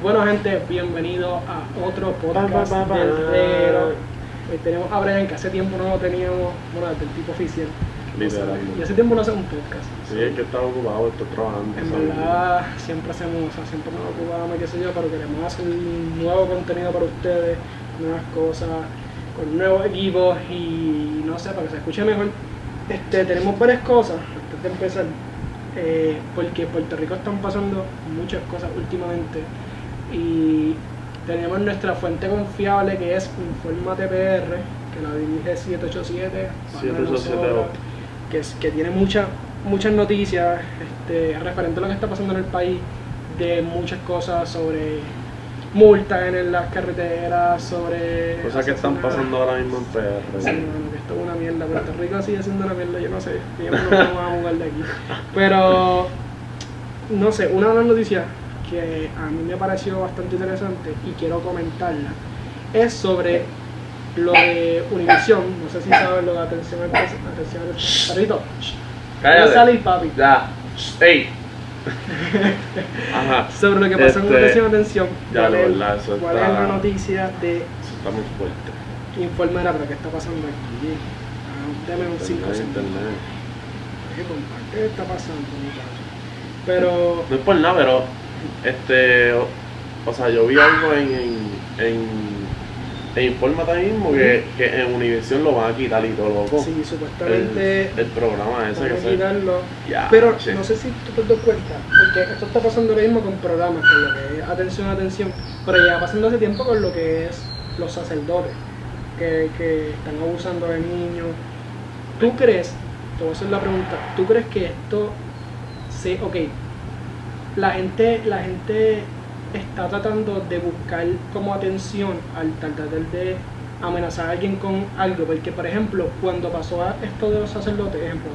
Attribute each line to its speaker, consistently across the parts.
Speaker 1: Bueno gente, bienvenido a otro podcast
Speaker 2: Pa, pa, pa, pa.
Speaker 1: del Reguero. Hoy tenemos a Brian, que hace tiempo no lo teníamos, bueno, desde el tipo oficial.
Speaker 2: Literal.
Speaker 1: Y hace tiempo no hacemos un podcast.
Speaker 2: Sí, es que estaba ocupado, estoy trabajando.
Speaker 1: En
Speaker 2: ¿sabes?
Speaker 1: verdad siempre hacemos, o sea, siempre nos ocupamos, qué sé yo, pero queremos hacer un nuevo contenido para ustedes, nuevas cosas, con nuevos equipos y no sé, para que se escuche mejor. Este, tenemos varias cosas antes de empezar, eh, porque en Puerto Rico están pasando muchas cosas últimamente y tenemos nuestra fuente confiable que es Informa TPR, que la dirige 787, Pablo
Speaker 2: 787.
Speaker 1: Nosora, que, es- que tiene muchas muchas noticias este, referente a lo que está pasando en el país, de muchas cosas sobre multas en las carreteras, sobre...
Speaker 2: Cosas que están pasando ahora mismo en PR.
Speaker 1: Sí, mano, que esto es una mierda. Puerto Rico sigue siendo una mierda, yo no sé. Yo no sé cómo vamos a jugar de aquí. Pero, no sé, una de las noticias que a mí me pareció bastante interesante y quiero comentarla es sobre lo de Univision. No sé si saben lo de atención al atención al perrito. No sale
Speaker 3: Cállate.
Speaker 1: papi.
Speaker 3: Ya. Ey.
Speaker 2: Ajá.
Speaker 1: Sobre lo que pasó con
Speaker 2: Este,
Speaker 1: atención atención.
Speaker 2: ya
Speaker 1: ¿Cuál
Speaker 2: lo
Speaker 1: es-
Speaker 2: verdad, eso
Speaker 1: ¿Cuál
Speaker 2: está-
Speaker 1: es la noticia de
Speaker 2: Eso está muy fuerte.
Speaker 1: informar pero qué está pasando aquí? Ah, Deme un 5
Speaker 2: Internet, internet.
Speaker 1: ¿Qué compa? ¿Qué está pasando, muchachos? Pero,
Speaker 2: No es por nada, pero este o, o sea, yo vi algo en, en, en, en Informa también mismo que, que en Univision lo van a quitar y todo loco.
Speaker 1: sí,
Speaker 2: el,
Speaker 1: supuestamente
Speaker 2: el programa ese
Speaker 1: van
Speaker 2: que
Speaker 1: a
Speaker 2: se.
Speaker 1: quitarlo.
Speaker 2: Ya,
Speaker 1: Pero
Speaker 2: che.
Speaker 1: no sé si tú te das cuenta, porque esto está pasando ahora mismo con programas, con lo que es atención, atención, pero ya pasando hace tiempo con lo que es los sacerdotes, que, que están abusando de niños. ¿Tú crees, te voy a hacer la pregunta, ¿tú crees que esto se, ok, la gente, la gente está tratando de buscar como atención al tratar de amenazar a alguien con algo? Porque, por ejemplo, cuando pasó a esto de los sacerdotes, ejemplo,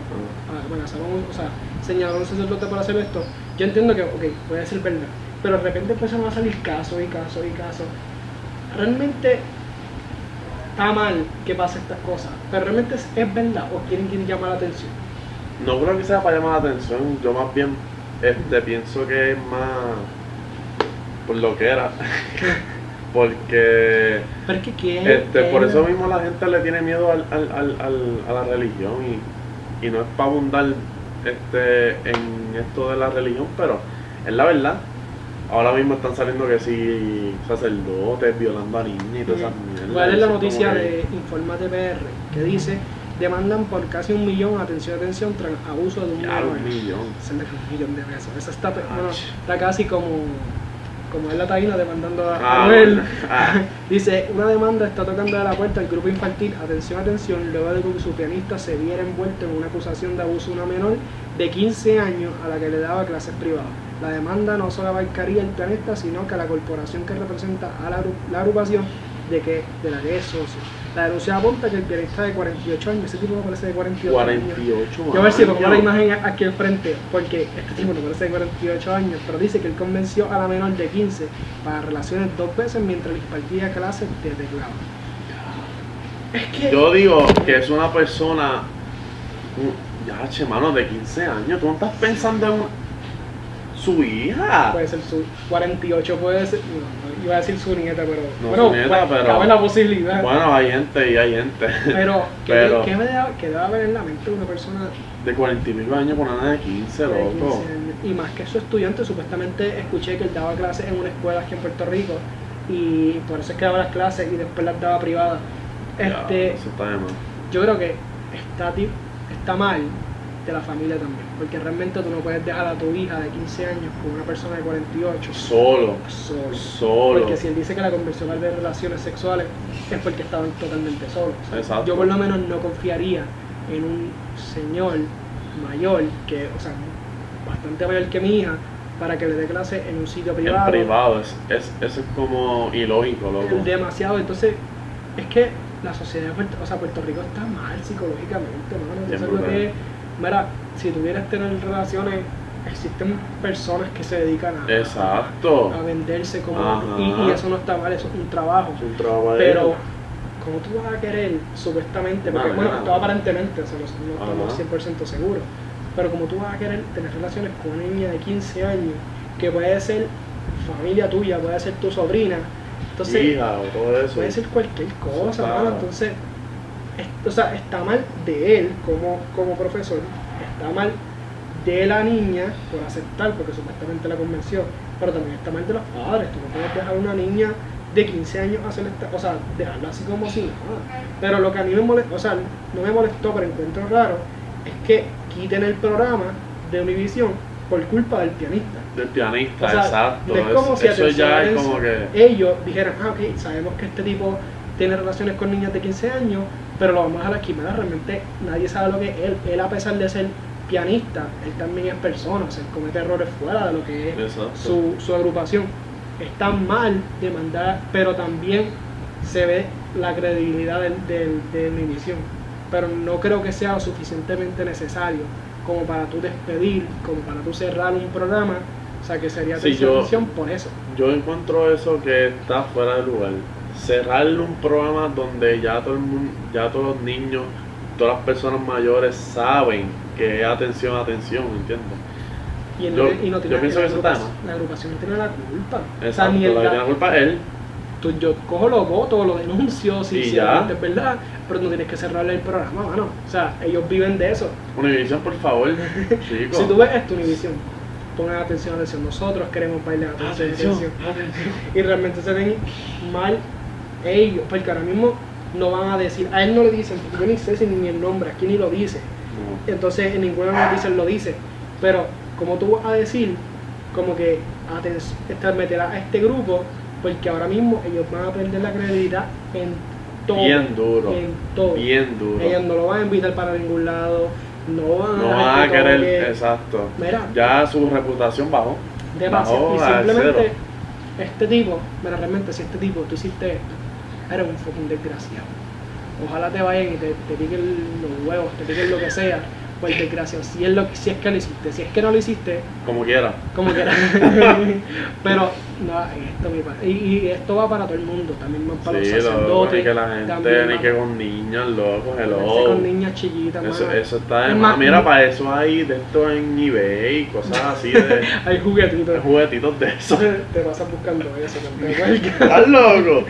Speaker 1: amenazaron, o sea, señalaron a un sacerdote para hacer esto, yo entiendo que, ok, puede ser verdad, pero de repente empezaron a salir casos y casos y casos. Realmente está mal que pasen estas cosas, pero realmente es, es verdad o quieren, quieren llamar la atención.
Speaker 2: No creo que sea para llamar la atención, yo más bien este, pienso que es más por lo que era. Porque
Speaker 1: Pero es que quieren.
Speaker 2: este, por
Speaker 1: quieren-
Speaker 2: eso mismo la gente le tiene miedo al, al, al, al- a la religión y, y no es para abundar este, en esto de la religión, pero es la verdad. Ahora mismo están saliendo que si sacerdotes violando a niños y todas esas mierdas.
Speaker 1: ¿Cuál es la
Speaker 2: Eso como
Speaker 1: noticia
Speaker 2: que-
Speaker 1: de Informate PR? Que dice, demandan por casi un millón, atención, atención, tras abuso de un
Speaker 2: Ya,
Speaker 1: menor.
Speaker 2: un millón.
Speaker 1: Se le fue un millón de pesos. Eso está, pe-
Speaker 2: Ah,
Speaker 1: bueno,
Speaker 2: ch-
Speaker 1: está casi como, como es la taína demandando a, a
Speaker 2: Ah,
Speaker 1: Noel.
Speaker 2: bueno. Ah,
Speaker 1: Dice, una demanda está tocando a la puerta al grupo infantil, atención, atención, luego de que su pianista se viera envuelto en una acusación de abuso a una menor de 15 años a la que le daba clases privadas. La demanda no solo abarcaría al pianista, sino que a la corporación que representa a la, agru- la agrupación de, que, de la que es socio. La denuncia apunta que el pianista de 48 años, ese tipo me parece de 48 años.
Speaker 2: 48
Speaker 1: Yo a ver si pongo la
Speaker 2: años.
Speaker 1: imagen aquí al frente, porque este tipo no parece de 48 años, pero dice que él convenció a la menor de 15 para relaciones dos veces mientras le impartía clases de teclado. Es que
Speaker 2: Yo digo que es una persona. un- Ya, che, mano, de 15 años. Tú no estás pensando en un- su hija.
Speaker 1: puede ser su 48, puede ser, no, no, iba a decir su nieta, pero
Speaker 2: No,
Speaker 1: bueno,
Speaker 2: su nieta,
Speaker 1: pues,
Speaker 2: pero-
Speaker 1: cabe la posibilidad.
Speaker 2: Bueno, hay gente y hay gente.
Speaker 1: pero, ¿qué,
Speaker 2: pero-
Speaker 1: qué me debe, qué debe haber en la mente de una persona
Speaker 2: De 40 y pico años por nada de 15,
Speaker 1: de 15
Speaker 2: loco.
Speaker 1: años? Y más que su estudiante, supuestamente escuché que él daba clases en una escuela aquí en Puerto Rico, y por eso es que daba las clases y después las daba privadas.
Speaker 2: Ya,
Speaker 1: Este,
Speaker 2: eso está de más.
Speaker 1: yo creo que está, ti- está mal de la familia también, porque realmente tú no puedes dejar a tu hija de 15 años con una persona de 48
Speaker 2: Solo.
Speaker 1: solo.
Speaker 2: Solo.
Speaker 1: Porque si él dice que la conversión de relaciones sexuales es porque estaban totalmente solos. O sea,
Speaker 2: Exacto.
Speaker 1: Yo por lo menos no confiaría en un señor mayor, que, o sea, bastante mayor que mi hija, para que le dé clase en un sitio
Speaker 2: En privado. Es, es- eso es como ilógico, loco.
Speaker 1: demasiado. Entonces, es que la sociedad de Puerto, o sea, Puerto Rico está mal psicológicamente, mano. Yo
Speaker 2: Bien
Speaker 1: sé lo
Speaker 2: brutal.
Speaker 1: que es- Mira, si tuvieras tener relaciones, existen personas que se dedican a,
Speaker 2: Exacto.
Speaker 1: a venderse como
Speaker 2: Ajá.
Speaker 1: y, y eso no está mal, eso es un trabajo.
Speaker 2: Es un trabajo de-
Speaker 1: Pero ¿cómo tú vas a querer, supuestamente, porque
Speaker 2: Nada,
Speaker 1: bueno,
Speaker 2: nada.
Speaker 1: esto aparentemente, o sea, no no
Speaker 2: Ajá.
Speaker 1: estamos 100% seguros, pero como tú vas a querer tener relaciones con una niña de 15 años, que puede ser familia tuya, puede ser tu sobrina, entonces
Speaker 2: Hija o todo eso.
Speaker 1: puede ser cualquier cosa,
Speaker 2: Claro.
Speaker 1: mano, entonces, es- o sea, está mal de él como, como profesor, está mal de la niña por aceptar, porque supuestamente la convenció, pero también está mal de los padres, tú no puedes dejar a una niña de 15 años hacer esta, o sea, dejarla así como si nada. Pero lo que a mí me molestó, o sea, no me molestó, pero encuentro raro, es que quiten el programa de Univision por culpa del pianista.
Speaker 2: Del pianista,
Speaker 1: O sea,
Speaker 2: exacto.
Speaker 1: no es como
Speaker 2: es-
Speaker 1: si
Speaker 2: eso ya es
Speaker 1: atención-
Speaker 2: como que.
Speaker 1: ellos dijeron, ah, ok, sabemos que este tipo tiene relaciones con niñas de 15 años, pero lo vamos a dejar aquí, mira, realmente nadie sabe lo que es él. Él, a pesar de ser pianista, él también es persona, o sea, él comete errores fuera de lo que es
Speaker 2: Exacto.
Speaker 1: su, su agrupación. Está mal demandar, pero también se ve la credibilidad del, del- de mi misión. Pero no creo que sea lo suficientemente necesario como para tú despedir, como para tú cerrar un programa, o sea, que sería tu
Speaker 2: Sí, yo-
Speaker 1: solución por eso.
Speaker 2: Yo encuentro eso que está fuera de lugar. Cerrarle un programa donde ya todo el mundo, ya todos los niños, todas las personas mayores saben que es atención, atención, ¿entiendes?
Speaker 1: Y, él
Speaker 2: Yo-
Speaker 1: no- y no
Speaker 2: yo
Speaker 1: tiene
Speaker 2: pienso
Speaker 1: la,
Speaker 2: que eso
Speaker 1: agrupa-
Speaker 2: está mal.
Speaker 1: la agrupación no tiene la culpa. O sea,
Speaker 2: Exacto,
Speaker 1: ni
Speaker 2: la
Speaker 1: el
Speaker 2: que
Speaker 1: da-
Speaker 2: tiene la culpa es él.
Speaker 1: tú- yo cojo los votos, los denuncio, si
Speaker 2: Y
Speaker 1: si
Speaker 2: ya.
Speaker 1: realmente es verdad, pero no tienes que cerrarle el programa, mano. O sea, ellos viven de eso.
Speaker 2: Univision, por favor, chicos.
Speaker 1: Si tú ves esto, Univision, pongan atención, atención. Nosotros queremos bailar atención,
Speaker 2: Atención,
Speaker 1: atención.
Speaker 2: atención.
Speaker 1: Y realmente se ven mal ellos, porque ahora mismo no van a decir, a él no le dicen, porque yo ni sé si ni el nombre, aquí ni lo dice. Entonces en ninguna noticia él lo dice. Pero como tú vas a decir, como que atención, meterás a este grupo, porque ahora mismo ellos van a perder la credibilidad en
Speaker 2: No.
Speaker 1: todo.
Speaker 2: Bien duro,
Speaker 1: En todo.
Speaker 2: bien duro.
Speaker 1: Ellos no lo van a invitar para ningún lado, no van
Speaker 2: No
Speaker 1: a,
Speaker 2: van a
Speaker 1: que toque.
Speaker 2: querer, exacto.
Speaker 1: Mira,
Speaker 2: Ya su reputación bajó.
Speaker 1: demasiado.
Speaker 2: bajó
Speaker 1: Y
Speaker 2: a
Speaker 1: simplemente
Speaker 2: cero.
Speaker 1: este tipo, mira, realmente si este tipo, tú hiciste esto, eres un fucking desgraciado. Ojalá te vayan y te, te piquen los huevos, te piquen lo que sea, pues desgraciado. Si es, lo, si es que lo hiciste, si es que no lo hiciste,
Speaker 2: Como quiera.
Speaker 1: como quieras. Pero, no, esto, mi pa- y, y esto va para todo el mundo, también va para
Speaker 2: Sí,
Speaker 1: los
Speaker 2: loco,
Speaker 1: sacerdotes.
Speaker 2: ni que la gente,
Speaker 1: también
Speaker 2: ni
Speaker 1: va
Speaker 2: que con niños, loco, hello.
Speaker 1: meterse con niñas chiquitas,
Speaker 2: Eso,
Speaker 1: mano.
Speaker 2: eso está de
Speaker 1: Es
Speaker 2: más.
Speaker 1: más,
Speaker 2: Mira,
Speaker 1: ni-
Speaker 2: para eso hay de esto en eBay y cosas así de,
Speaker 1: Hay
Speaker 2: de
Speaker 1: juguetitos.
Speaker 2: juguetitos de eso.
Speaker 1: Te vas buscando eso, campeón.
Speaker 2: ¡Estás loco!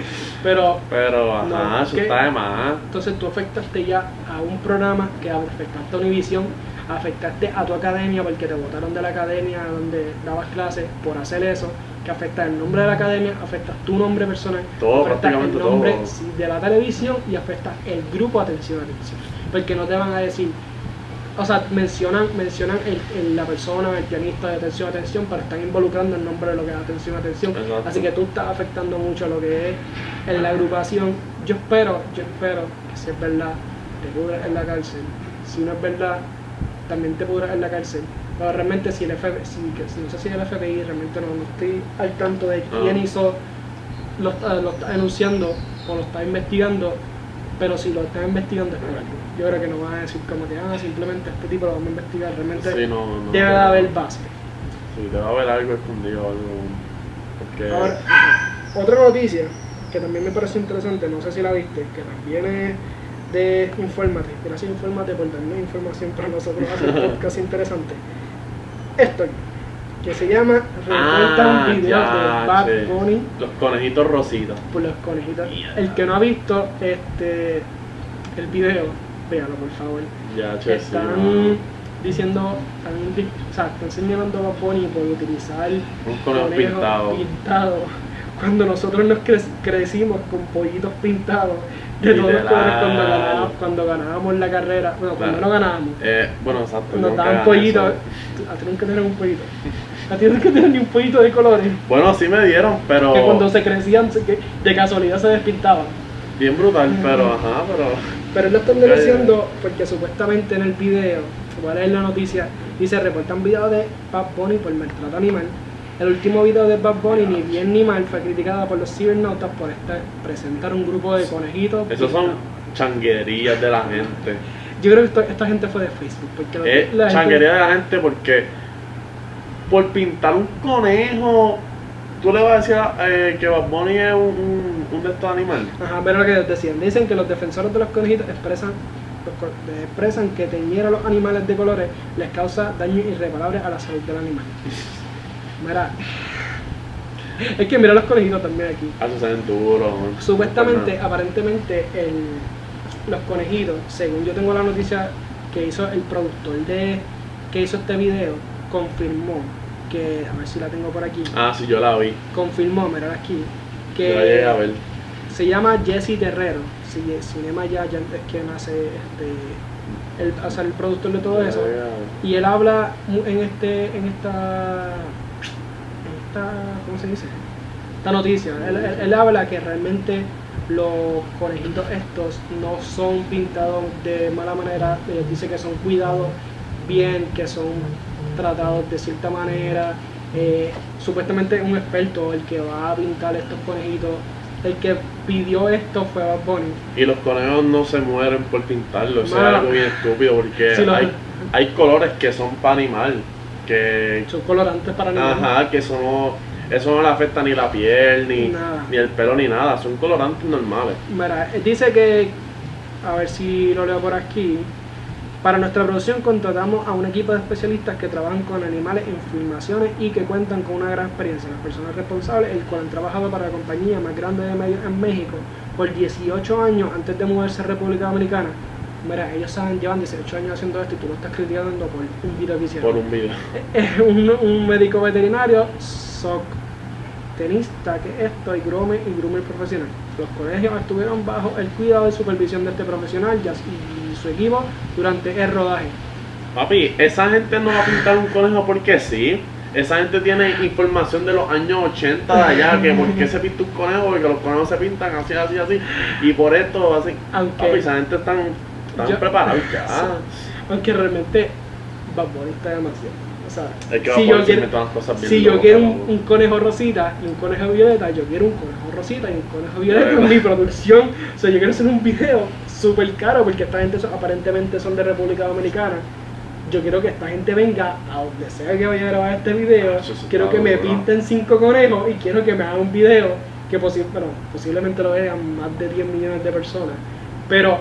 Speaker 1: Pero
Speaker 2: Pero, ajá,
Speaker 1: No,
Speaker 2: eso
Speaker 1: ¿qué?
Speaker 2: está de más.
Speaker 1: Entonces tú afectaste ya a un programa que afectaste a Univision, afectaste a tu academia porque te votaron de la academia donde dabas clases por hacer eso, que afecta el nombre de la academia, afecta tu nombre personal,
Speaker 2: Todo,
Speaker 1: afecta
Speaker 2: prácticamente
Speaker 1: el nombre
Speaker 2: todo.
Speaker 1: sí, de la televisión y afecta el grupo Atención Atención. Porque no te van a decir, o sea, mencionan, mencionan el- el- la persona, el pianista de Atención Atención, pero están involucrando el nombre de lo que es Atención Atención.
Speaker 2: Exacto.
Speaker 1: Así que tú estás afectando mucho lo que es en la agrupación. Yo espero, yo espero que si es verdad, te pudras en la cárcel. Si no es verdad, también te pudras en la cárcel. Pero realmente si el FBI, si, que- si- no sé si el FBI, realmente no, no estoy al tanto de quién
Speaker 2: Ah.
Speaker 1: hizo, lo, está- lo está denunciando o lo está investigando, pero si lo está investigando es por algo. Yo creo que no van a decir como que, ah, simplemente este tipo lo vamos a investigar. Realmente
Speaker 2: Sí, no, no.
Speaker 1: debe de haber base.
Speaker 2: Sí, debe haber algo escondido, algo. Porque.
Speaker 1: Ahora, otra noticia que también me pareció interesante, no sé si la viste, que también es de Infórmate. Gracias, Infórmate, por darnos información para nosotros hacer podcast interesante. Esto, que se llama Reportan
Speaker 2: Ah,
Speaker 1: videos
Speaker 2: ya,
Speaker 1: de Bad
Speaker 2: che.
Speaker 1: Bunny
Speaker 2: Los conejitos rositas.
Speaker 1: por los conejitos.
Speaker 2: Mierda.
Speaker 1: El que no ha visto este el video, véalo por favor.
Speaker 2: Ya, che, sí,
Speaker 1: Están
Speaker 2: mano.
Speaker 1: diciendo, están, di- o sea, están señalando a Bad Bunny por utilizar
Speaker 2: Un conejo
Speaker 1: conejos
Speaker 2: pintado.
Speaker 1: pintados. Cuando nosotros nos cre- crecimos con pollitos pintados de todos los
Speaker 2: Literal.
Speaker 1: colores cuando ganábamos, cuando ganábamos la carrera, bueno, cuando
Speaker 2: Claro.
Speaker 1: no ganábamos,
Speaker 2: Eh, bueno, exacto.
Speaker 1: nos
Speaker 2: nunca
Speaker 1: daban
Speaker 2: gané
Speaker 1: pollitos.
Speaker 2: eso.
Speaker 1: A ti nunca te dieron un pollito. A ti nunca te dieron ni un pollito de colores.
Speaker 2: Bueno, sí me dieron, pero.
Speaker 1: Que cuando se crecían, se- que de casualidad se despintaban.
Speaker 2: Bien brutal, pero ajá, pero.
Speaker 1: Pero él lo están
Speaker 2: Ya, ya, ya.
Speaker 1: denunciando porque supuestamente en el video, igual es la noticia, dice reportan videos de Bad Bunny por maltrato animal. El último video de Bad Bunny, ni bien ni mal, fue criticada por los cibernautas por estar, presentar un grupo de conejitos.
Speaker 2: Esos son
Speaker 1: pintados.
Speaker 2: changuerías de la gente. Eh,
Speaker 1: Yo creo que esto- esta gente fue de Facebook. Porque lo-
Speaker 2: Es
Speaker 1: la gente-
Speaker 2: changuería de la gente porque por pintar un conejo Tú le vas a decir a- eh, que Bad Bunny es un, un, un de estos animales.
Speaker 1: Ajá, pero lo que decían, dicen que los defensores de los conejitos expresan, los co- de- expresan que teñir a los animales de colores les causa daños irreparables a la salud del animal. Mira, es que mira los conejitos también aquí.
Speaker 2: Ah, eso se ven duros. ¿no?
Speaker 1: Supuestamente,
Speaker 2: No,
Speaker 1: aparentemente, el- los conejitos, según yo tengo la noticia que hizo el productor de que hizo este video, confirmó que, a ver si la tengo por aquí,
Speaker 2: no. Ah, sí, yo la vi.
Speaker 1: confirmó, mira aquí, que
Speaker 2: Yo la llegué a ver.
Speaker 1: se llama Jesse Terrero. Si, Cinema ya, ya es quien hace este, el, o sea, el productor de todo
Speaker 2: Yo la
Speaker 1: eso.
Speaker 2: llegué a ver.
Speaker 1: Y él habla mu- en este, en esta, en esta ¿cómo se dice? Esta noticia. Él, él- él habla que realmente los conejitos estos no son pintados de mala manera. Él dice que son cuidados bien, que son tratados de cierta manera. Eh, supuestamente un experto, el que va a pintar estos conejitos, el que pidió esto fue Bad Bunny.
Speaker 2: Y los conejos no se mueren por pintarlo, eso es
Speaker 1: Mano.
Speaker 2: algo bien estúpido porque
Speaker 1: Sí, lo-
Speaker 2: hay, hay colores que son para animal, que
Speaker 1: Son colorantes para animales.
Speaker 2: ajá, que eso no, eso no le afecta ni la piel, ni,
Speaker 1: Nada.
Speaker 2: ni el pelo, ni nada, son colorantes normales.
Speaker 1: Mira, eh, dice que, a ver si lo leo por aquí, para nuestra producción contratamos a un equipo de especialistas que trabajan con animales en filmaciones y que cuentan con una gran experiencia. Las personas responsables, el cual han trabajado para la compañía más grande de medios en México por 18 años antes de mudarse a República Dominicana. Mira, ellos saben, llevan 18 años haciendo esto y tú lo estás criticando por un video que hicieron
Speaker 2: Por un video.
Speaker 1: es un, un médico veterinario, soc, tenista, que esto, y groomer, y groomer profesional. Los colegios estuvieron bajo el cuidado y supervisión de este profesional y as- y su equipo durante el rodaje.
Speaker 2: Papi, esa gente no va a pintar un conejo porque sí. Esa gente tiene información de los años 80 de allá, que por qué se pinta un conejo, porque los conejos se pintan así, así, así, y por esto, así.
Speaker 1: Aunque,
Speaker 2: Papi, esa gente están, están
Speaker 1: Yo-
Speaker 2: preparados ya.
Speaker 1: aunque realmente Bad Bunny está demasiado. O sea,
Speaker 2: Es que va
Speaker 1: si
Speaker 2: a
Speaker 1: yo
Speaker 2: poder
Speaker 1: quiero,
Speaker 2: meter las cosas bien
Speaker 1: si yo
Speaker 2: locas,
Speaker 1: quiero un,
Speaker 2: cabrón.
Speaker 1: un conejo rosita y un conejo violeta, yo quiero un conejo rosita y un conejo violeta
Speaker 2: Claro.
Speaker 1: en mi producción. O sea, yo quiero hacer un video súper caro porque esta gente son- aparentemente son de República Dominicana. Yo quiero que esta gente venga a donde sea que vaya a grabar este video.
Speaker 2: Ah, Eso sí
Speaker 1: quiero
Speaker 2: está
Speaker 1: que me
Speaker 2: duro.
Speaker 1: pinten cinco conejos y quiero que me hagan un video que posi- bueno, posiblemente lo vean más de 10 millones de personas. Pero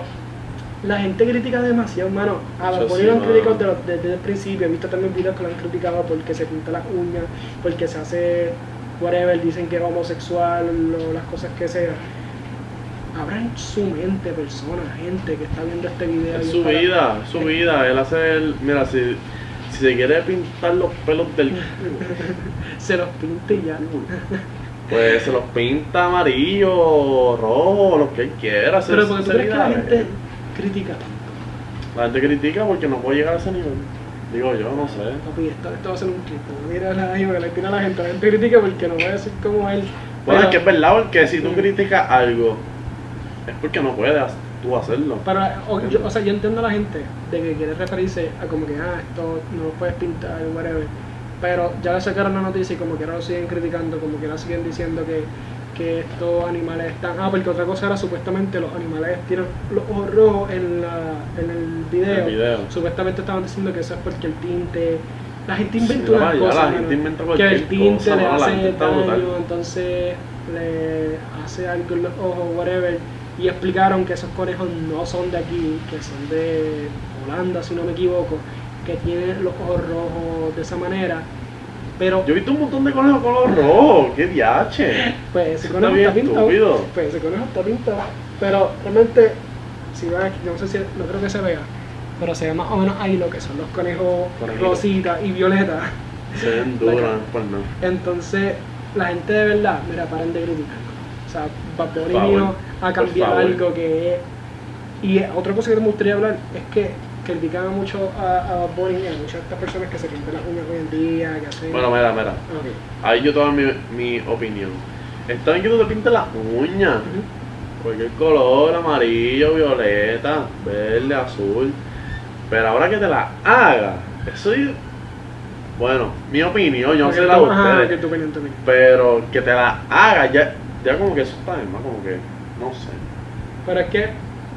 Speaker 1: la gente critica demasiado, hermano. A
Speaker 2: Eso
Speaker 1: los
Speaker 2: sí,
Speaker 1: lo han
Speaker 2: mano.
Speaker 1: criticado de los- desde el principio. He visto también videos que lo han criticado porque se pinta las uñas, porque se hace whatever, dicen que es homosexual, lo- las cosas que sea. Abran su mente, personas, gente que está viendo este video. y
Speaker 2: Es su
Speaker 1: para-
Speaker 2: vida, es su vida. Él hace el. Mira, si, si se quiere pintar los pelos del culo,
Speaker 1: Se los pinte y ya.
Speaker 2: pues se los pinta amarillo, rojo, lo que él quiera. esa
Speaker 1: Pero
Speaker 2: es
Speaker 1: porque
Speaker 2: su
Speaker 1: tú crees que la
Speaker 2: vida,
Speaker 1: gente
Speaker 2: eh.
Speaker 1: critica tanto.
Speaker 2: La gente critica porque no puede llegar a ese nivel. Digo yo, no sé.
Speaker 1: Papi, esto, esto va a ser un clip. Mira la que le tira a la gente. La gente critica porque no voy a decir como él.
Speaker 2: Bueno,
Speaker 1: Pero-
Speaker 2: es que es verdad, porque si tú
Speaker 1: Mm.
Speaker 2: criticas algo, es porque no puedes tú hacerlo.
Speaker 1: Pero, o, yo- o sea, yo entiendo a la gente de que quiere referirse a como que, ah, esto no lo puedes pintar, whatever. Pero ya le sacaron la noticia y como que ahora lo siguen criticando, como que ahora siguen diciendo que, que estos animales están... Ah, porque otra cosa era supuestamente los animales tienen los ojos rojos en, la, en el video.
Speaker 2: El video.
Speaker 1: Supuestamente estaban diciendo que eso es porque el tinte... La gente
Speaker 2: Sí,
Speaker 1: inventa
Speaker 2: la
Speaker 1: unas
Speaker 2: mayoría,
Speaker 1: cosas,
Speaker 2: la gente
Speaker 1: mano,
Speaker 2: inventa
Speaker 1: que el
Speaker 2: cualquier
Speaker 1: tinte
Speaker 2: cosa,
Speaker 1: le
Speaker 2: mano, la gente
Speaker 1: hace
Speaker 2: está brutal.
Speaker 1: daño, entonces le hace algo en los ojos, whatever, y explicaron que esos conejos no son de aquí, que son de Holanda, si no me equivoco, que tienen los ojos rojos de esa manera, pero
Speaker 2: Yo he visto un montón de conejos color rojo, qué diache.
Speaker 1: pues ese
Speaker 2: Eso
Speaker 1: conejo
Speaker 2: está
Speaker 1: está
Speaker 2: bien
Speaker 1: pintado,
Speaker 2: estúpido.
Speaker 1: pues ese conejo está pintado, pero realmente, si ven aquí, no sé si, no creo que se vea, pero se ve más o menos ahí lo que son los conejos
Speaker 2: Conejitos.
Speaker 1: rosita y violeta.
Speaker 2: Se ven duras, pues no.
Speaker 1: Entonces, la gente de verdad, mira, paren de criticar. O sea, Bad Bunny
Speaker 2: Por favor,
Speaker 1: vino a
Speaker 2: por
Speaker 1: cambiar
Speaker 2: favor.
Speaker 1: algo que es. Y otra cosa que me gustaría hablar es que critican mucho a, a Bad Bunny y a muchas de estas personas que se pintan las uñas hoy en día, que hacen.
Speaker 2: Bueno, mira, mira.
Speaker 1: Ok.
Speaker 2: Ahí yo tomo mi, mi opinión. Está bien que tú te pintes las uñas.
Speaker 1: Ujú.
Speaker 2: Cualquier color, amarillo, violeta, verde, azul. Pero ahora que te la hagas, eso yo- Bueno, mi opinión, yo no
Speaker 1: Ok,
Speaker 2: sé la de
Speaker 1: tú- ajá,
Speaker 2: ustedes.
Speaker 1: ok, tu opinión también.
Speaker 2: Pero que te la hagas, ya, ya como que eso está bien, ¿no? Como que, no sé.
Speaker 1: Pero es que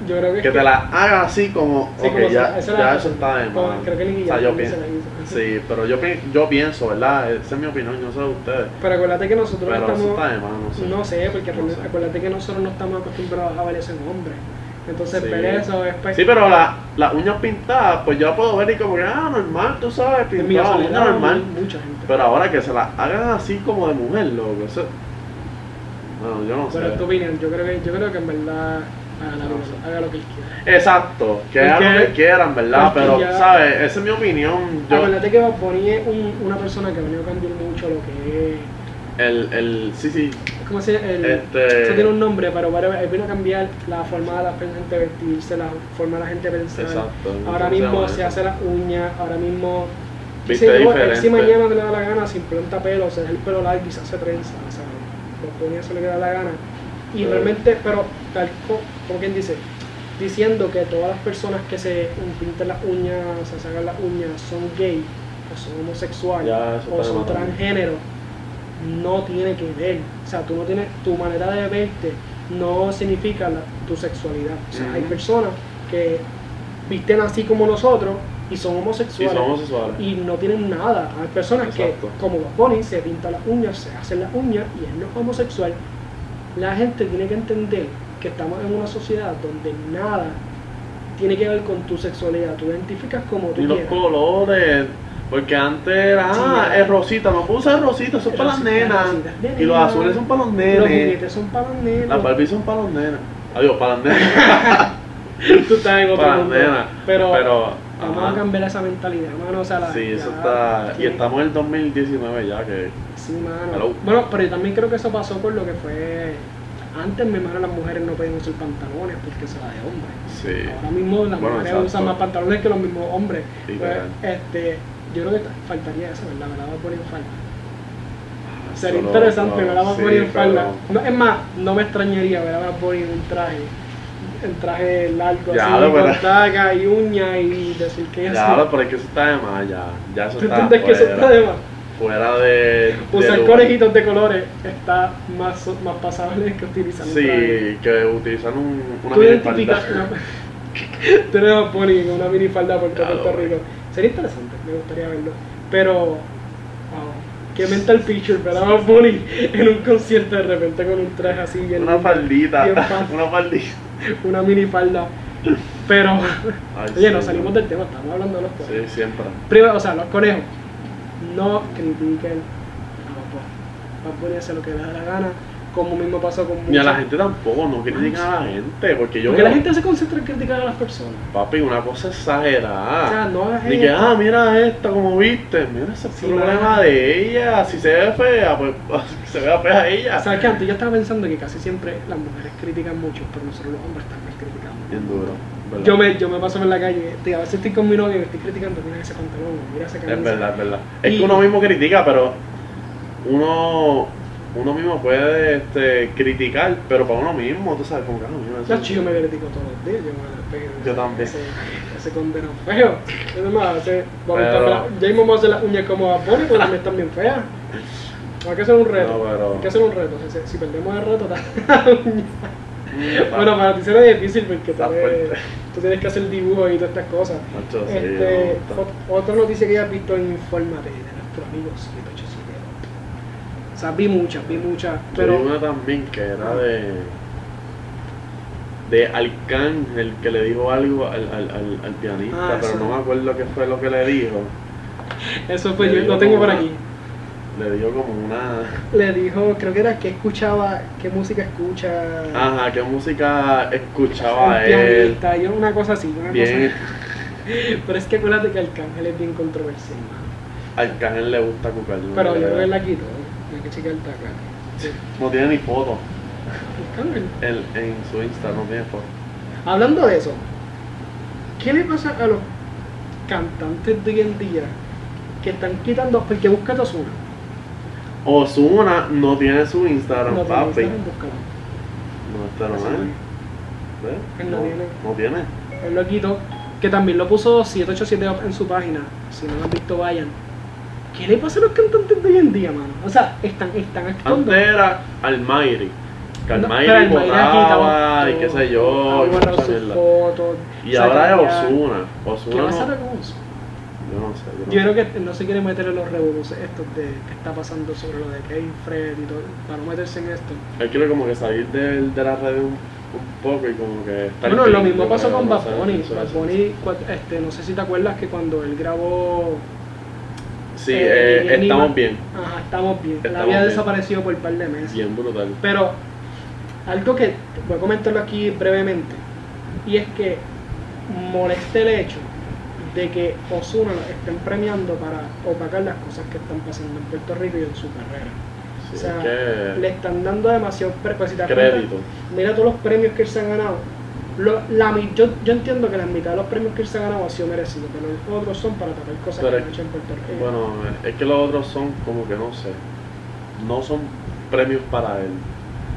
Speaker 1: Yo creo que.
Speaker 2: Que
Speaker 1: es
Speaker 2: te la haga así como,
Speaker 1: Sí,
Speaker 2: ok,
Speaker 1: como
Speaker 2: ya,
Speaker 1: se- esa
Speaker 2: ya
Speaker 1: la-
Speaker 2: eso está de
Speaker 1: como-
Speaker 2: más.
Speaker 1: creo que
Speaker 2: o sea,
Speaker 1: Nicky
Speaker 2: yo
Speaker 1: Jam
Speaker 2: pienso,
Speaker 1: se la hizo.
Speaker 2: sí, pero yo, pi- yo pienso, ¿verdad? Esa es mi opinión, yo no sé de ustedes.
Speaker 1: Pero acuérdate que nosotros
Speaker 2: Pero eso
Speaker 1: estamos.
Speaker 2: está de más, no sé.
Speaker 1: No sé, porque
Speaker 2: No sé.
Speaker 1: acuérdate que nosotros no estamos acostumbrados a ver ese nombre. Entonces,
Speaker 2: Sí.
Speaker 1: ver eso es pues,
Speaker 2: Sí, pero la- las uñas pintadas, pues yo la puedo ver y como que, ah, normal, tú sabes,
Speaker 1: en mi
Speaker 2: pintada, uña
Speaker 1: soledad,
Speaker 2: normal.
Speaker 1: mucha gente.
Speaker 2: Pero ahora que se las hagan así como de mujer, loco, eso... Bueno, yo no
Speaker 1: Pero es tu
Speaker 2: sé.
Speaker 1: opinión, yo creo que, yo creo que en verdad haga, la-
Speaker 2: No sé.
Speaker 1: haga lo que él quiera.
Speaker 2: Exacto, que hagan lo
Speaker 1: Porque-
Speaker 2: que quieran, ¿verdad?
Speaker 1: porque
Speaker 2: Pero,
Speaker 1: ya- Ah,
Speaker 2: ¿sabes? Esa es mi opinión. Yo,
Speaker 1: Acuérdate que Bad Bunny es un- una persona que ha venido a cambiar mucho lo que es.
Speaker 2: el, el, sí, sí,
Speaker 1: ¿Cómo se llama? El-
Speaker 2: Este-
Speaker 1: Eso tiene un nombre, pero bueno, él vino a cambiar la forma de la gente vestirse, la forma de la gente pensar.
Speaker 2: exacto.
Speaker 1: Ahora
Speaker 2: ¿cómo se
Speaker 1: mismo
Speaker 2: llama
Speaker 1: se
Speaker 2: eso?
Speaker 1: hace las uñas, ahora mismo. qué
Speaker 2: Viste
Speaker 1: sé yo,
Speaker 2: diferente.
Speaker 1: él si mañana le da la gana, se implanta pelo, se deja el pelo largo y se hace trenza, o sea, Bad Bunny eso le da la gana. Y
Speaker 2: Sí.
Speaker 1: realmente, pero, tal co- como quien dice, diciendo que todas las personas que se pintan las uñas, se sacan las uñas, son gay, o son homosexuales,
Speaker 2: Ya, eso
Speaker 1: o
Speaker 2: está
Speaker 1: son
Speaker 2: matando.
Speaker 1: transgénero, no tiene que ver. O sea, tú no tienes, tu manera de verte no significa la- tu sexualidad. O sea, hay
Speaker 2: Ujú.
Speaker 1: personas que visten así como nosotros y son
Speaker 2: Y
Speaker 1: homosexuales.
Speaker 2: son homosexuales.
Speaker 1: y no tienen nada. Hay personas
Speaker 2: Exacto.
Speaker 1: que, como Bad Bunny, se pintan las uñas, se hacen las uñas y él no es homosexual. La gente tiene que entender que estamos en una sociedad donde nada tiene que ver con tu sexualidad. Tú identificas como tú
Speaker 2: Y los
Speaker 1: quieras.
Speaker 2: colores. Porque antes era, ah,
Speaker 1: Sí,
Speaker 2: es rosita, me puse rosita, son
Speaker 1: Es
Speaker 2: para las
Speaker 1: rosita,
Speaker 2: nenas.
Speaker 1: es rosita, es
Speaker 2: Y los
Speaker 1: nena.
Speaker 2: azules son para los
Speaker 1: Los
Speaker 2: nenes.
Speaker 1: juguetes son para los nenes.
Speaker 2: Las Barbie son para los nenes. Adiós, para las nenas.
Speaker 1: Tú estás en otro
Speaker 2: para las
Speaker 1: mundo.
Speaker 2: nenas.
Speaker 1: Pero,
Speaker 2: Pero,
Speaker 1: vamos
Speaker 2: ajá.
Speaker 1: a cambiar esa mentalidad, mano. O sea, la,
Speaker 2: Sí, eso
Speaker 1: ya
Speaker 2: está. Y
Speaker 1: tiene-
Speaker 2: estamos en el 2019 ya, que.
Speaker 1: Sí, mano.
Speaker 2: Hello.
Speaker 1: Bueno, pero yo también creo que eso pasó por lo que fue. Antes, mi hermano, las mujeres no podían usar pantalones porque se la de hombre.
Speaker 2: Sí.
Speaker 1: Ahora mismo las
Speaker 2: Bueno,
Speaker 1: mujeres
Speaker 2: exacto.
Speaker 1: usan más pantalones que los mismos hombres. Pues,
Speaker 2: Literal.
Speaker 1: este, yo creo que ta- faltaría eso, ¿verdad? Me la voy a poner en falda. Sería
Speaker 2: Solo-
Speaker 1: interesante,
Speaker 2: no,
Speaker 1: me la voy a
Speaker 2: sí,
Speaker 1: poner en falda.
Speaker 2: pero-
Speaker 1: No, es más, no me extrañaría ver a Bad Bunny en un traje. En traje largo,
Speaker 2: Ya,
Speaker 1: así,
Speaker 2: lo
Speaker 1: con
Speaker 2: verás.
Speaker 1: daga y uña y decir que es
Speaker 2: Ya,
Speaker 1: así.
Speaker 2: ahora, pero es que eso está de más, ya. Ya eso
Speaker 1: ¿Tú
Speaker 2: está.
Speaker 1: entiendes que eso
Speaker 2: fuera-
Speaker 1: está de más?
Speaker 2: Fuera de. de
Speaker 1: Usar
Speaker 2: lugar.
Speaker 1: conejitos de colores está más, más pasable que utilizar un traje.
Speaker 2: Sí, que utilizan un, una
Speaker 1: Tú
Speaker 2: mini
Speaker 1: identificas
Speaker 2: falda.
Speaker 1: una- tenemos Pony con una minifalda por todo
Speaker 2: Claro,
Speaker 1: Puerto
Speaker 2: güey.
Speaker 1: Rico. Sería interesante, me gustaría verlo. Pero, wow, qué mental picture, ver a Bad Bunny en un concierto de repente con un traje así bien
Speaker 2: Una faldita.
Speaker 1: Bien fácil.
Speaker 2: Una faldita.
Speaker 1: una minifalda. Pero,
Speaker 2: Ay,
Speaker 1: oye, nos
Speaker 2: sí,
Speaker 1: salimos del tema, estamos hablando de los conejos.
Speaker 2: Sí, siempre.
Speaker 1: Primero, o sea, los conejos. No critiquen a Bad Bunny. Bad Bunny hace lo que le da la gana, como mismo pasó con
Speaker 2: Ni a
Speaker 1: muchos
Speaker 2: la gente tampoco, no critican a la gente, porque yo.
Speaker 1: Porque la gente se concentra en criticar a las personas.
Speaker 2: Papi, una cosa exagerada.
Speaker 1: O sea, no hagas
Speaker 2: Ni que,
Speaker 1: eso.
Speaker 2: ah, mira esta, como viste, mira ese
Speaker 1: Sí,
Speaker 2: problema
Speaker 1: mano.
Speaker 2: de ella, si se ve fea, pues que se vea fea ella.
Speaker 1: ¿Sabes qué? Antes yo estaba pensando que casi siempre las mujeres critican mucho, pero nosotros los hombres también criticamos.
Speaker 2: Bien duro, ¿verdad?
Speaker 1: Yo me, yo me paso en la calle, tío, a veces estoy con mi novio y me estoy criticando, mira ese pantalón, mira esa camisa.
Speaker 2: Es verdad, es verdad. Es
Speaker 1: Y-
Speaker 2: que uno mismo critica, pero uno, uno mismo puede este, criticar, pero para uno mismo, tú sabes, como que, ah, mira, eso-
Speaker 1: Ya, chico, yo me critico todos los días, yo me despego.
Speaker 2: Yo también.
Speaker 1: Ese, ese condeno feo. Es más, ese- vamos a
Speaker 2: Pero-
Speaker 1: estar- ya mismo vamos a hacer las uñas como a Bonnie, porque también están bien feas. Hay que hacer un reto.
Speaker 2: No, pero-
Speaker 1: Hay que hacer un reto. Si, si perdemos el reto,
Speaker 2: Mm,
Speaker 1: Bueno, para ti será difícil porque tú,
Speaker 2: Está
Speaker 1: eres-
Speaker 2: fuerte.
Speaker 1: tú tienes que hacer dibujos y todas estas cosas.
Speaker 2: macho, sí,
Speaker 1: Este,
Speaker 2: no, está-
Speaker 1: ot- otra noticia que hayas visto en Infórmate de nuestros amigos de Pecho Silvero. O sea, vi muchas, vi muchas,
Speaker 2: Yo vi
Speaker 1: pero
Speaker 2: una también que era de de Arcángel que le dijo algo al, al, al, al pianista,
Speaker 1: Ah,
Speaker 2: pero
Speaker 1: sí.
Speaker 2: no me acuerdo qué fue lo que le dijo.
Speaker 1: eso fue, yo
Speaker 2: Yo
Speaker 1: lo tengo por
Speaker 2: una-
Speaker 1: aquí.
Speaker 2: Le dijo como una...
Speaker 1: Le dijo, creo que era que escuchaba, qué música escucha.
Speaker 2: Ajá, qué música
Speaker 1: Ah. un
Speaker 2: Ah, escuchaba él.
Speaker 1: pianista, yo una cosa así, una
Speaker 2: Bien,
Speaker 1: cosa Pero es que acuérdate que Arcángel es bien controversial, mano.
Speaker 2: Arcángel le gusta cucar. yo no
Speaker 1: Pero yo
Speaker 2: creo.
Speaker 1: creo que la quito, ¿eh? hay que checar el taca.
Speaker 2: No tiene ni foto
Speaker 1: Arcángel.
Speaker 2: en, en su Insta, no tiene foto.
Speaker 1: Hablando de eso, ¿qué le pasa a los cantantes de hoy en día que están quitando? Porque busca Ozuna.
Speaker 2: Ozuna no tiene su Instagram,
Speaker 1: No tiene
Speaker 2: papi.
Speaker 1: Instagram, búscalo.
Speaker 2: No está normal.
Speaker 1: Ozuna.
Speaker 2: ¿Ves?
Speaker 1: Él no tiene.
Speaker 2: No tiene.
Speaker 1: Él lo quitó, que también lo puso 787 en su página. Si no lo han visto, vayan. ¿Qué le pasa a los cantantes de hoy en día, mano? O sea, están, están actuando.
Speaker 2: Antes era Almighty. Calmaira y votaba
Speaker 1: votaba
Speaker 2: y qué sé
Speaker 1: Ah,
Speaker 2: yo. y mucha mierda.
Speaker 1: fotos.
Speaker 2: Y ahora es
Speaker 1: sacaría-
Speaker 2: Osuna.
Speaker 1: ¿Qué
Speaker 2: Osuna no.
Speaker 1: pasará con Ozuna?
Speaker 2: Yo no sé.
Speaker 1: Yo creo que no se quiere meter en los revoluciones estos de que está pasando sobre lo de Kevin Fred y todo, para no meterse en esto.
Speaker 2: Él quiere como que salir del- de, la red un, un poco y como que estar
Speaker 1: Bueno, lo
Speaker 2: libre,
Speaker 1: mismo pasó
Speaker 2: creo,
Speaker 1: con
Speaker 2: no
Speaker 1: Bad
Speaker 2: sé,
Speaker 1: Bunny.
Speaker 2: eso,
Speaker 1: Bad
Speaker 2: eso,
Speaker 1: Bunny, cua- este, no sé si te acuerdas que cuando él grabó...
Speaker 2: Sí,
Speaker 1: eh,
Speaker 2: eh, estamos
Speaker 1: Enigma-
Speaker 2: bien.
Speaker 1: Ajá, estamos bien. Él
Speaker 2: Estamos
Speaker 1: había
Speaker 2: bien.
Speaker 1: desaparecido por un par de meses.
Speaker 2: Bien brutal.
Speaker 1: Pero algo que voy a comentarlo aquí brevemente, y es que molesta el hecho de que Osuna lo estén premiando para opacar las cosas que están pasando en Puerto Rico y en su carrera.
Speaker 2: Sí,
Speaker 1: o sea,
Speaker 2: es que-
Speaker 1: Le están dando demasiado pre- pues, si te das cuenta,
Speaker 2: crédito.
Speaker 1: Mira todos los premios que él se ha ganado. Lo- la mi- yo, yo entiendo que la mitad de los premios que él se ha ganado ha sido merecido, pero los otros son para tapar cosas
Speaker 2: Pero
Speaker 1: que
Speaker 2: es-
Speaker 1: han hecho en Puerto Rico.
Speaker 2: Bueno, es que los otros son como que no sé. No son premios para él.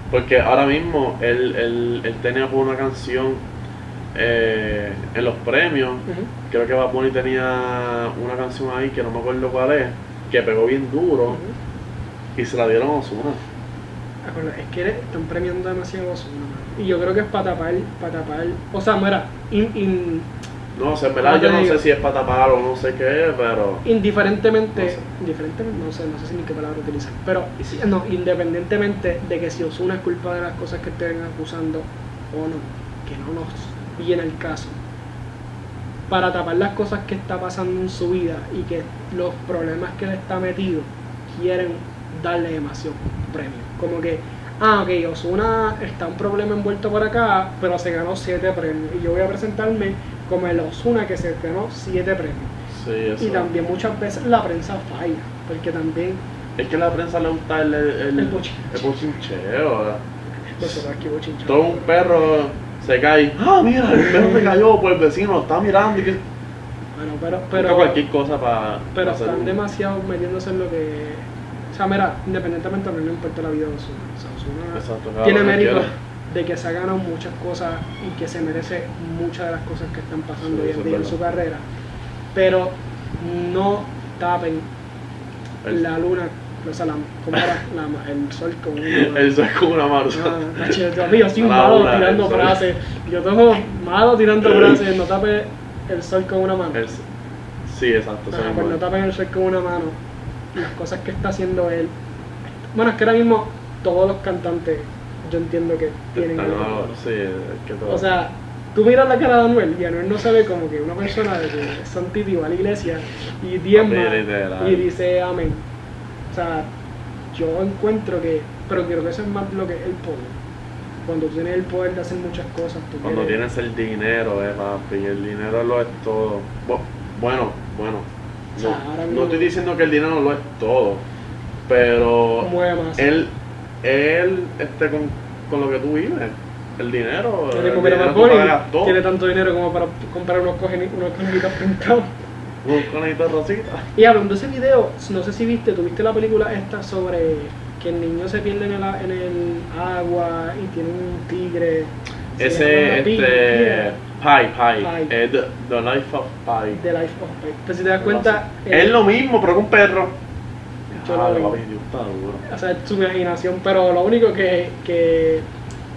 Speaker 2: Porque ahora mismo él, él, él tenía por una canción eh, en los premios.
Speaker 1: Ujú.
Speaker 2: Creo que Bad Bunny tenía una canción ahí que no me acuerdo cuál es. Que pegó bien duro
Speaker 1: Ujú.
Speaker 2: y se la dieron a Ozuna.
Speaker 1: Acuérdate, Es que le están premiando demasiado a Ozuna, mano. Y yo creo que es para tapar, para tapar. O sea, mira, in- in-
Speaker 2: No sé, en verdad
Speaker 1: ¿Cómo
Speaker 2: yo
Speaker 1: te
Speaker 2: no
Speaker 1: digo?
Speaker 2: sé si es para tapar o no sé qué, pero.
Speaker 1: indiferentemente,
Speaker 2: No sé.
Speaker 1: indiferentemente, no sé, no sé si ni qué palabra utilizar, pero sí, no, independientemente de que si Osuna es culpa de las cosas que estén acusando o no, que no nos viene el caso. Para tapar las cosas que está pasando en su vida y que los problemas que él está metido, quieren darle demasiado premio. Como que, ah, ok, Osuna está un problema envuelto por acá, pero se ganó siete premios. Y yo voy a presentarme como el Osuna que se ganó siete premios.
Speaker 2: Sí, eso.
Speaker 1: Y también muchas veces la prensa falla, porque también
Speaker 2: Es que a la prensa le gusta el, el, el,
Speaker 1: El bochinche.
Speaker 2: el bochincheo, ¿verdad?
Speaker 1: nosotros pues, aquí bochinchamos.
Speaker 2: Todo un perro se cae. Ah, mira, el perro se cayó por el vecino, lo está mirando y que.
Speaker 1: Bueno, pero,
Speaker 2: Busca
Speaker 1: pero,
Speaker 2: cualquier cosa para.
Speaker 1: pero
Speaker 2: hacer
Speaker 1: están
Speaker 2: un-
Speaker 1: demasiado metiéndose en lo que... O sea, mira, independientemente a mí no me importa la vida de Osuna. O sea, Ozuna
Speaker 2: Exacto, cada
Speaker 1: tiene
Speaker 2: uno que
Speaker 1: mérito
Speaker 2: quiera.
Speaker 1: de que se ha ganado muchas cosas y que se merece muchas de las cosas que están pasando
Speaker 2: Sí,
Speaker 1: hoy
Speaker 2: eso
Speaker 1: en
Speaker 2: es
Speaker 1: día en
Speaker 2: verdad.
Speaker 1: su carrera. Pero no tapen
Speaker 2: El-
Speaker 1: la luna, o sea, la, ¿cómo era? La- el sol con una mano.
Speaker 2: Eso es como una marusa.
Speaker 1: Ah, tacho, yo- a mí yo soy un
Speaker 2: La
Speaker 1: malo
Speaker 2: hora,
Speaker 1: tirando
Speaker 2: el sol.
Speaker 1: frases. Yo tengo malo tirando frases. No tape el sol con una mano.
Speaker 2: El- Sí, exacto.
Speaker 1: Ajá,
Speaker 2: eso mismo
Speaker 1: pues no
Speaker 2: es.
Speaker 1: tapen el sol con una mano. Las cosas que está haciendo él. Bueno, es que ahora mismo todos los cantantes, yo entiendo que tienen.
Speaker 2: Están
Speaker 1: algo.
Speaker 2: ahora- sí, es que todo.
Speaker 1: O sea, tú miras la cara de Anuel y Anuel no se ve como que una persona de que es santiti va a la iglesia y diezma
Speaker 2: Papi, literal.
Speaker 1: y dice amén. O sea, yo encuentro que, pero creo que eso es más lo que es el poder. Cuando tú tienes el poder de hacer muchas cosas, tú
Speaker 2: Cuando
Speaker 1: quieres-
Speaker 2: tienes el dinero, eh, papi, el dinero lo es todo. Bu- Bueno, bueno.
Speaker 1: O sea, ahora
Speaker 2: No,
Speaker 1: mismo-
Speaker 2: no estoy diciendo que el dinero lo es todo, pero
Speaker 1: mueve más.
Speaker 2: él, él este, con, con lo que tú vives, el dinero,
Speaker 1: Yo
Speaker 2: el
Speaker 1: tengo, mira,
Speaker 2: dinero
Speaker 1: Bad
Speaker 2: tú
Speaker 1: Bunny
Speaker 2: pagas todo.
Speaker 1: tiene tanto dinero como para comprar unos conejitos unos conejitos pintados.
Speaker 2: Un conejito rosita.
Speaker 1: Y hablando de ese video, no sé si viste, tuviste la película esta sobre que el niño se pierde en el, a- en el agua y tiene un tigre. Se
Speaker 2: Ese,
Speaker 1: llama Pi-
Speaker 2: este, Pi, Pi,
Speaker 1: Pi.
Speaker 2: eh, the, The Life of
Speaker 1: Pi,
Speaker 2: Pi.
Speaker 1: The Life of Pi. Pues si te das cuenta, eh,
Speaker 2: Es
Speaker 1: él-
Speaker 2: lo mismo, pero con un perro.
Speaker 1: Yo lo
Speaker 2: Ah,
Speaker 1: vi.
Speaker 2: papi, Dios, está duro.
Speaker 1: o sea, es su imaginación, pero lo único que... que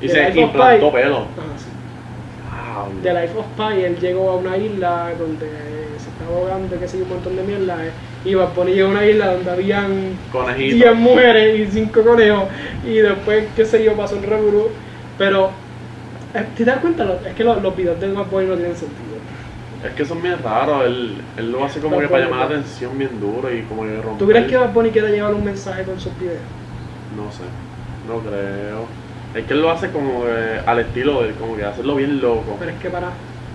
Speaker 2: Y
Speaker 1: The
Speaker 2: se
Speaker 1: Life of
Speaker 2: implantó
Speaker 1: Pi-
Speaker 2: pelo.
Speaker 1: Ajá, sí.
Speaker 2: Ah,
Speaker 1: The Life of Pi, él llegó a una isla donde se estaba ahogando, que sé yo, un montón de mierda. eh, Y Bad Bunny llegó a una isla donde habían
Speaker 2: Conejito.
Speaker 1: 10 mujeres y 5 conejos. Y después, qué sé yo, pasó un reburú. Pero, eh, ¿te das cuenta? Lo- Es que los, los videos de Bad Bunny no tienen sentido.
Speaker 2: Es que son bien raros, él, él lo hace como
Speaker 1: Bad
Speaker 2: que para
Speaker 1: Bunny,
Speaker 2: llamar la
Speaker 1: ¿no?
Speaker 2: atención bien duro y como que romper.
Speaker 1: ¿Tú crees que Bad Bunny quiere llevar un mensaje con sus videos?
Speaker 2: No sé, no creo. Es que él lo hace como que al estilo de él, como que hacerlo bien loco.
Speaker 1: Pero es que para...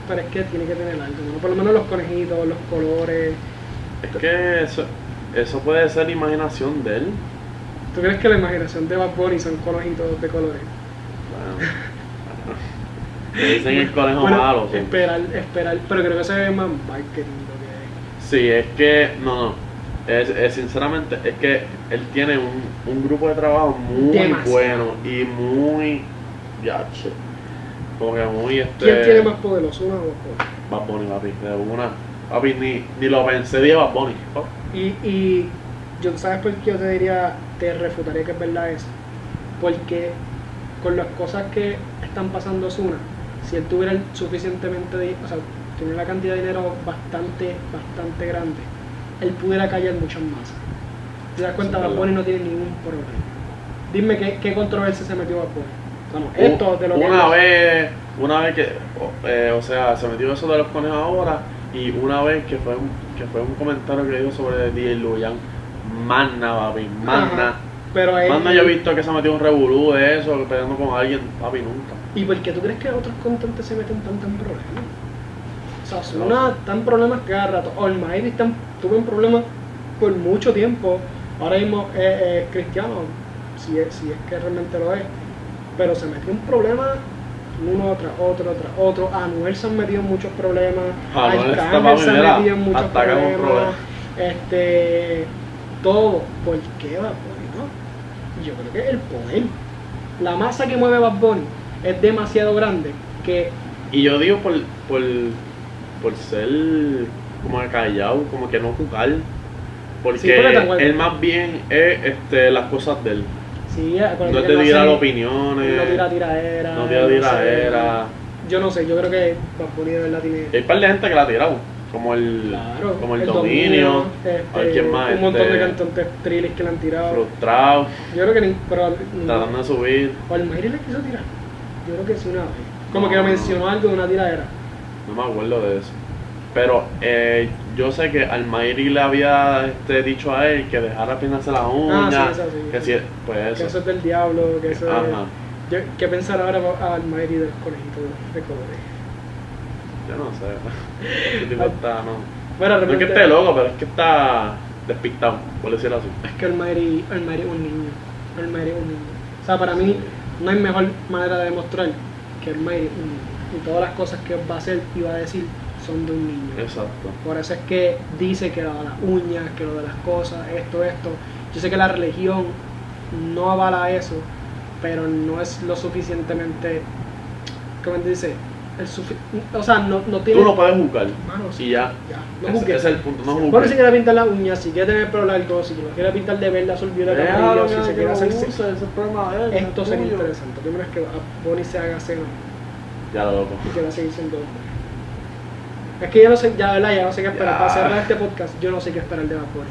Speaker 1: Pero es que tiene que tener algo, ¿no? Por lo menos los conejitos, los colores.
Speaker 2: Es que eso, eso puede ser imaginación de él.
Speaker 1: ¿Tú crees que la imaginación de Bad Bunny son conejitos de colores?
Speaker 2: Bueno, le dicen el conejo
Speaker 1: Bueno,
Speaker 2: malo. sí.
Speaker 1: Esperar, esperar, pero creo que se ve más marketing lo
Speaker 2: Sí, es que, no, no. Es, es- sinceramente, es que él tiene un, un grupo de trabajo muy
Speaker 1: Demasiado.
Speaker 2: bueno y muy. Ya, che. Como que muy este.
Speaker 1: que es. ¿Quién tiene más poderoso, una o dos?
Speaker 2: Bad Bunny, papi, de una. Papi, ni, ni lo pensé, dije Bad Bunny. Oh,
Speaker 1: Y, y yo, ¿sabes por qué yo te diría, te refutaría que es verdad eso? Porque con las cosas que están pasando Osuna, si él tuviera el suficientemente, de- o sea, tuviera una cantidad de dinero bastante, bastante grande, él pudiera callar muchas más. ¿Te das cuenta?
Speaker 2: Sí,
Speaker 1: Bad
Speaker 2: claro.
Speaker 1: Bunny no tiene ningún problema. Dime qué, qué controversia se metió Bad Bunny. Bueno,
Speaker 2: Un-
Speaker 1: esto de lo que...
Speaker 2: una vez, una vez que, o- eh, o sea, se metió eso de los conejos ahora y una vez que fue un, que fue un comentario que dijo sobre DJ Luyan, manna, papi,
Speaker 1: Ajá.
Speaker 2: manna.
Speaker 1: Pero él-
Speaker 2: Manna yo he visto que se ha metido un revolú de eso, peleando con alguien, papi, nunca.
Speaker 1: ¿Y por qué tú crees que otros cantantes se meten tanto en problemas? O sea, Ozuna está en problemas cada rato. Almighty está en- tuvo en problemas por mucho tiempo. Ahora mismo es, es cristiano, si es, si es que realmente lo es. Pero se metió en problemas uno tras otro, tras otro. Anuel se han metido en muchos problemas.
Speaker 2: Anuel está
Speaker 1: Arcángel se ha
Speaker 2: pa' mí,
Speaker 1: metido en
Speaker 2: mira,
Speaker 1: muchos
Speaker 2: hasta acá con
Speaker 1: problemas.
Speaker 2: problemas.
Speaker 1: Este, todo. ¿Por qué va? ¿no? Yo creo que el poder la masa que mueve Bad Bunny es demasiado grande que
Speaker 2: Y yo digo por, por, por ser como que callado, como que no jugar. Porque,
Speaker 1: Sí, porque tan bueno.
Speaker 2: él más bien es este, las cosas de él.
Speaker 1: sí,
Speaker 2: No
Speaker 1: acuérdate
Speaker 2: es
Speaker 1: que
Speaker 2: de tirar
Speaker 1: hace-
Speaker 2: opiniones,
Speaker 1: no tira tiradera
Speaker 2: no tira
Speaker 1: sé.
Speaker 2: tiradera.
Speaker 1: yo no sé yo creo que Bad Bunny de verdad tiene
Speaker 2: Hay un par de gente que la ha tirado, como el,
Speaker 1: claro,
Speaker 2: como el, dominio,
Speaker 1: este,
Speaker 2: a ver quién más,
Speaker 1: un montón
Speaker 2: este,
Speaker 1: de cantantes thrillers que le han tirado
Speaker 2: frustrado,
Speaker 1: yo creo que ni, pero ni-
Speaker 2: tratando de subir.
Speaker 1: o Almighty le quiso tirar yo creo que sí una vez como
Speaker 2: No,
Speaker 1: que
Speaker 2: no.
Speaker 1: mencionó algo de una tiradera
Speaker 2: No me acuerdo de eso. Pero eh, yo sé que Almairi le había este, dicho a él que dejara peinarse las uñas.
Speaker 1: esa Ah, sí.
Speaker 2: que si, pues
Speaker 1: que eso
Speaker 2: eso.
Speaker 1: es del diablo que eso es-
Speaker 2: Ajá.
Speaker 1: yo, ¿qué pensar ahora a Almighty de los conejitos de colores?
Speaker 2: Yo no sé. Este tipo
Speaker 1: Ay.
Speaker 2: está, no.
Speaker 1: bueno,
Speaker 2: No es que
Speaker 1: realmente-
Speaker 2: esté loco, pero es que está despistado, por decirlo así.
Speaker 1: Es que el Madrid, el Madrid es un niño. El Madrid es un niño. O sea, para mí no hay mejor manera de demostrar que el Madrid es un niño. Y todas las cosas que va a hacer y va a decir son de un niño.
Speaker 2: Exacto.
Speaker 1: Por eso es que dice que lo de las uñas, que lo de las cosas, esto, esto. Yo sé que la religión no avala eso, pero no es lo suficientemente. ¿Cómo te dice? El sufi- o sea, no, no tiene.
Speaker 2: Tú no puedes juzgar.
Speaker 1: Mano, sí,
Speaker 2: Y ya.
Speaker 1: ya, no
Speaker 2: Ese,
Speaker 1: juzgues.
Speaker 2: ese es el punto, no
Speaker 1: Bueno, si
Speaker 2: juzgues.
Speaker 1: quiere pintar las uñas, si quiere tener pelo largo, si lo quiere pintar de verde, azul, violeta, amarillo, si se quiere hacer sexo.
Speaker 2: ese es el problema de él. no es
Speaker 1: Esto sería
Speaker 2: tuyo.
Speaker 1: interesante. Primero es que a Bonnie se haga seno
Speaker 2: Ya lo loco.
Speaker 1: y que va a seguir siendo hombre. Es que yo no sé, ya verdad, ya no sé qué esperar.
Speaker 2: Ya.
Speaker 1: Para cerrar este podcast, yo no sé qué esperar de Bad Bunny.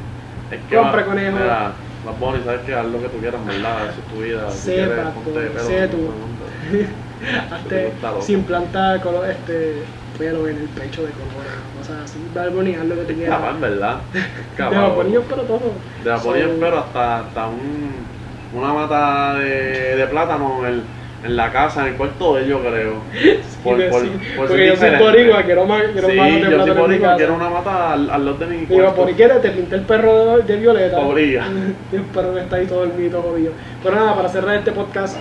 Speaker 2: Es que
Speaker 1: Compra
Speaker 2: va-
Speaker 1: conejo.
Speaker 2: Mira, Bad Bunny, sabes que haz lo que tú quieras, ¿verdad? Eso es tu vida. Si
Speaker 1: Sé,
Speaker 2: quieres,
Speaker 1: Bad
Speaker 2: ponte
Speaker 1: Bunny,
Speaker 2: pelo,
Speaker 1: sé tú.
Speaker 2: ponte-
Speaker 1: Hazte
Speaker 2: Está loco.
Speaker 1: Este, sin plantar color, este pelo en el pecho de colores, cosas así. Bad Bunny, haz lo que te
Speaker 2: Es capaz,
Speaker 1: quieras.
Speaker 2: en verdad. Es capaz,
Speaker 1: De Bad Bunny
Speaker 2: loco.
Speaker 1: yo espero todo.
Speaker 2: De la ponía,
Speaker 1: So,
Speaker 2: pero hasta, hasta un, una mata de, de plátano en, el- en la casa, en el cuarto de él, yo creo.
Speaker 1: sí,
Speaker 2: por-
Speaker 1: de-
Speaker 2: por-
Speaker 1: sí.
Speaker 2: por
Speaker 1: Porque yo soy
Speaker 2: sentirse
Speaker 1: boricua,
Speaker 2: diferente.
Speaker 1: quiero más, quiero
Speaker 2: sí,
Speaker 1: más de
Speaker 2: yo
Speaker 1: plátano
Speaker 2: soy
Speaker 1: en mi
Speaker 2: boricua,
Speaker 1: casa.
Speaker 2: quiero una mata al, al lado de mi
Speaker 1: Y va
Speaker 2: cuarto.
Speaker 1: por izquierda te pinta el perro de, de violeta.
Speaker 2: Pobrilla.
Speaker 1: Y el perro que está ahí todo dormido, jodido. Pero nada, para cerrar este podcast,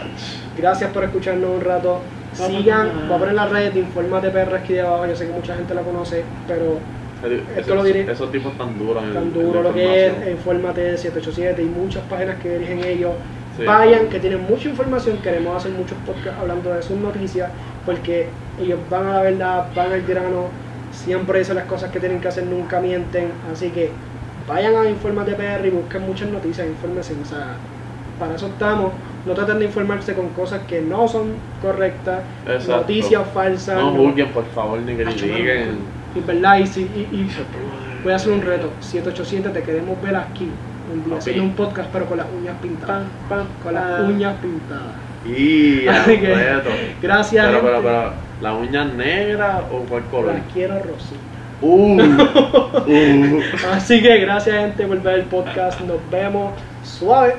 Speaker 1: gracias por escucharnos un rato. Sigan, voy a poner las redes de Informate PR aquí debajo. Yo sé que mucha gente la conoce, pero
Speaker 2: Esos-
Speaker 1: esto lo diré.
Speaker 2: Esos tipos tan duros. en-
Speaker 1: tan
Speaker 2: en la
Speaker 1: duro lo que es
Speaker 2: información.
Speaker 1: eh, Infórmate 787 y muchas páginas que dirigen ellos.
Speaker 2: Sí.
Speaker 1: Vayan, que tienen mucha información. Queremos hacer muchos podcasts hablando de sus noticias porque ellos van a la verdad, van al grano, siempre dicen las cosas que tienen que hacer, nunca mienten. Así que vayan a Infórmate PR y busquen muchas noticias, infórmense. O sea, para eso estamos. No traten de informarse con cosas que no son correctas,
Speaker 2: Exacto.
Speaker 1: noticias falsas.
Speaker 2: No
Speaker 1: no-
Speaker 2: juzguen, por favor, ni
Speaker 1: Ah, chaval,
Speaker 2: critiquen.
Speaker 1: y verdad, y, si- y, y voy a hacer un reto. 787, te queremos ver aquí. Un día
Speaker 2: Papi.
Speaker 1: haciendo un podcast, pero con las uñas pintadas. con las uñas pintadas.
Speaker 2: Ah. Y al
Speaker 1: Así que-
Speaker 2: reto.
Speaker 1: Gracias,
Speaker 2: Pero, pero,
Speaker 1: gente.
Speaker 2: pero, ¿la uña negra o cuál color?
Speaker 1: Las quiero rosita.
Speaker 2: Uh, uh.
Speaker 1: Así que gracias, gente, por ver el podcast. Nos vemos. Suave.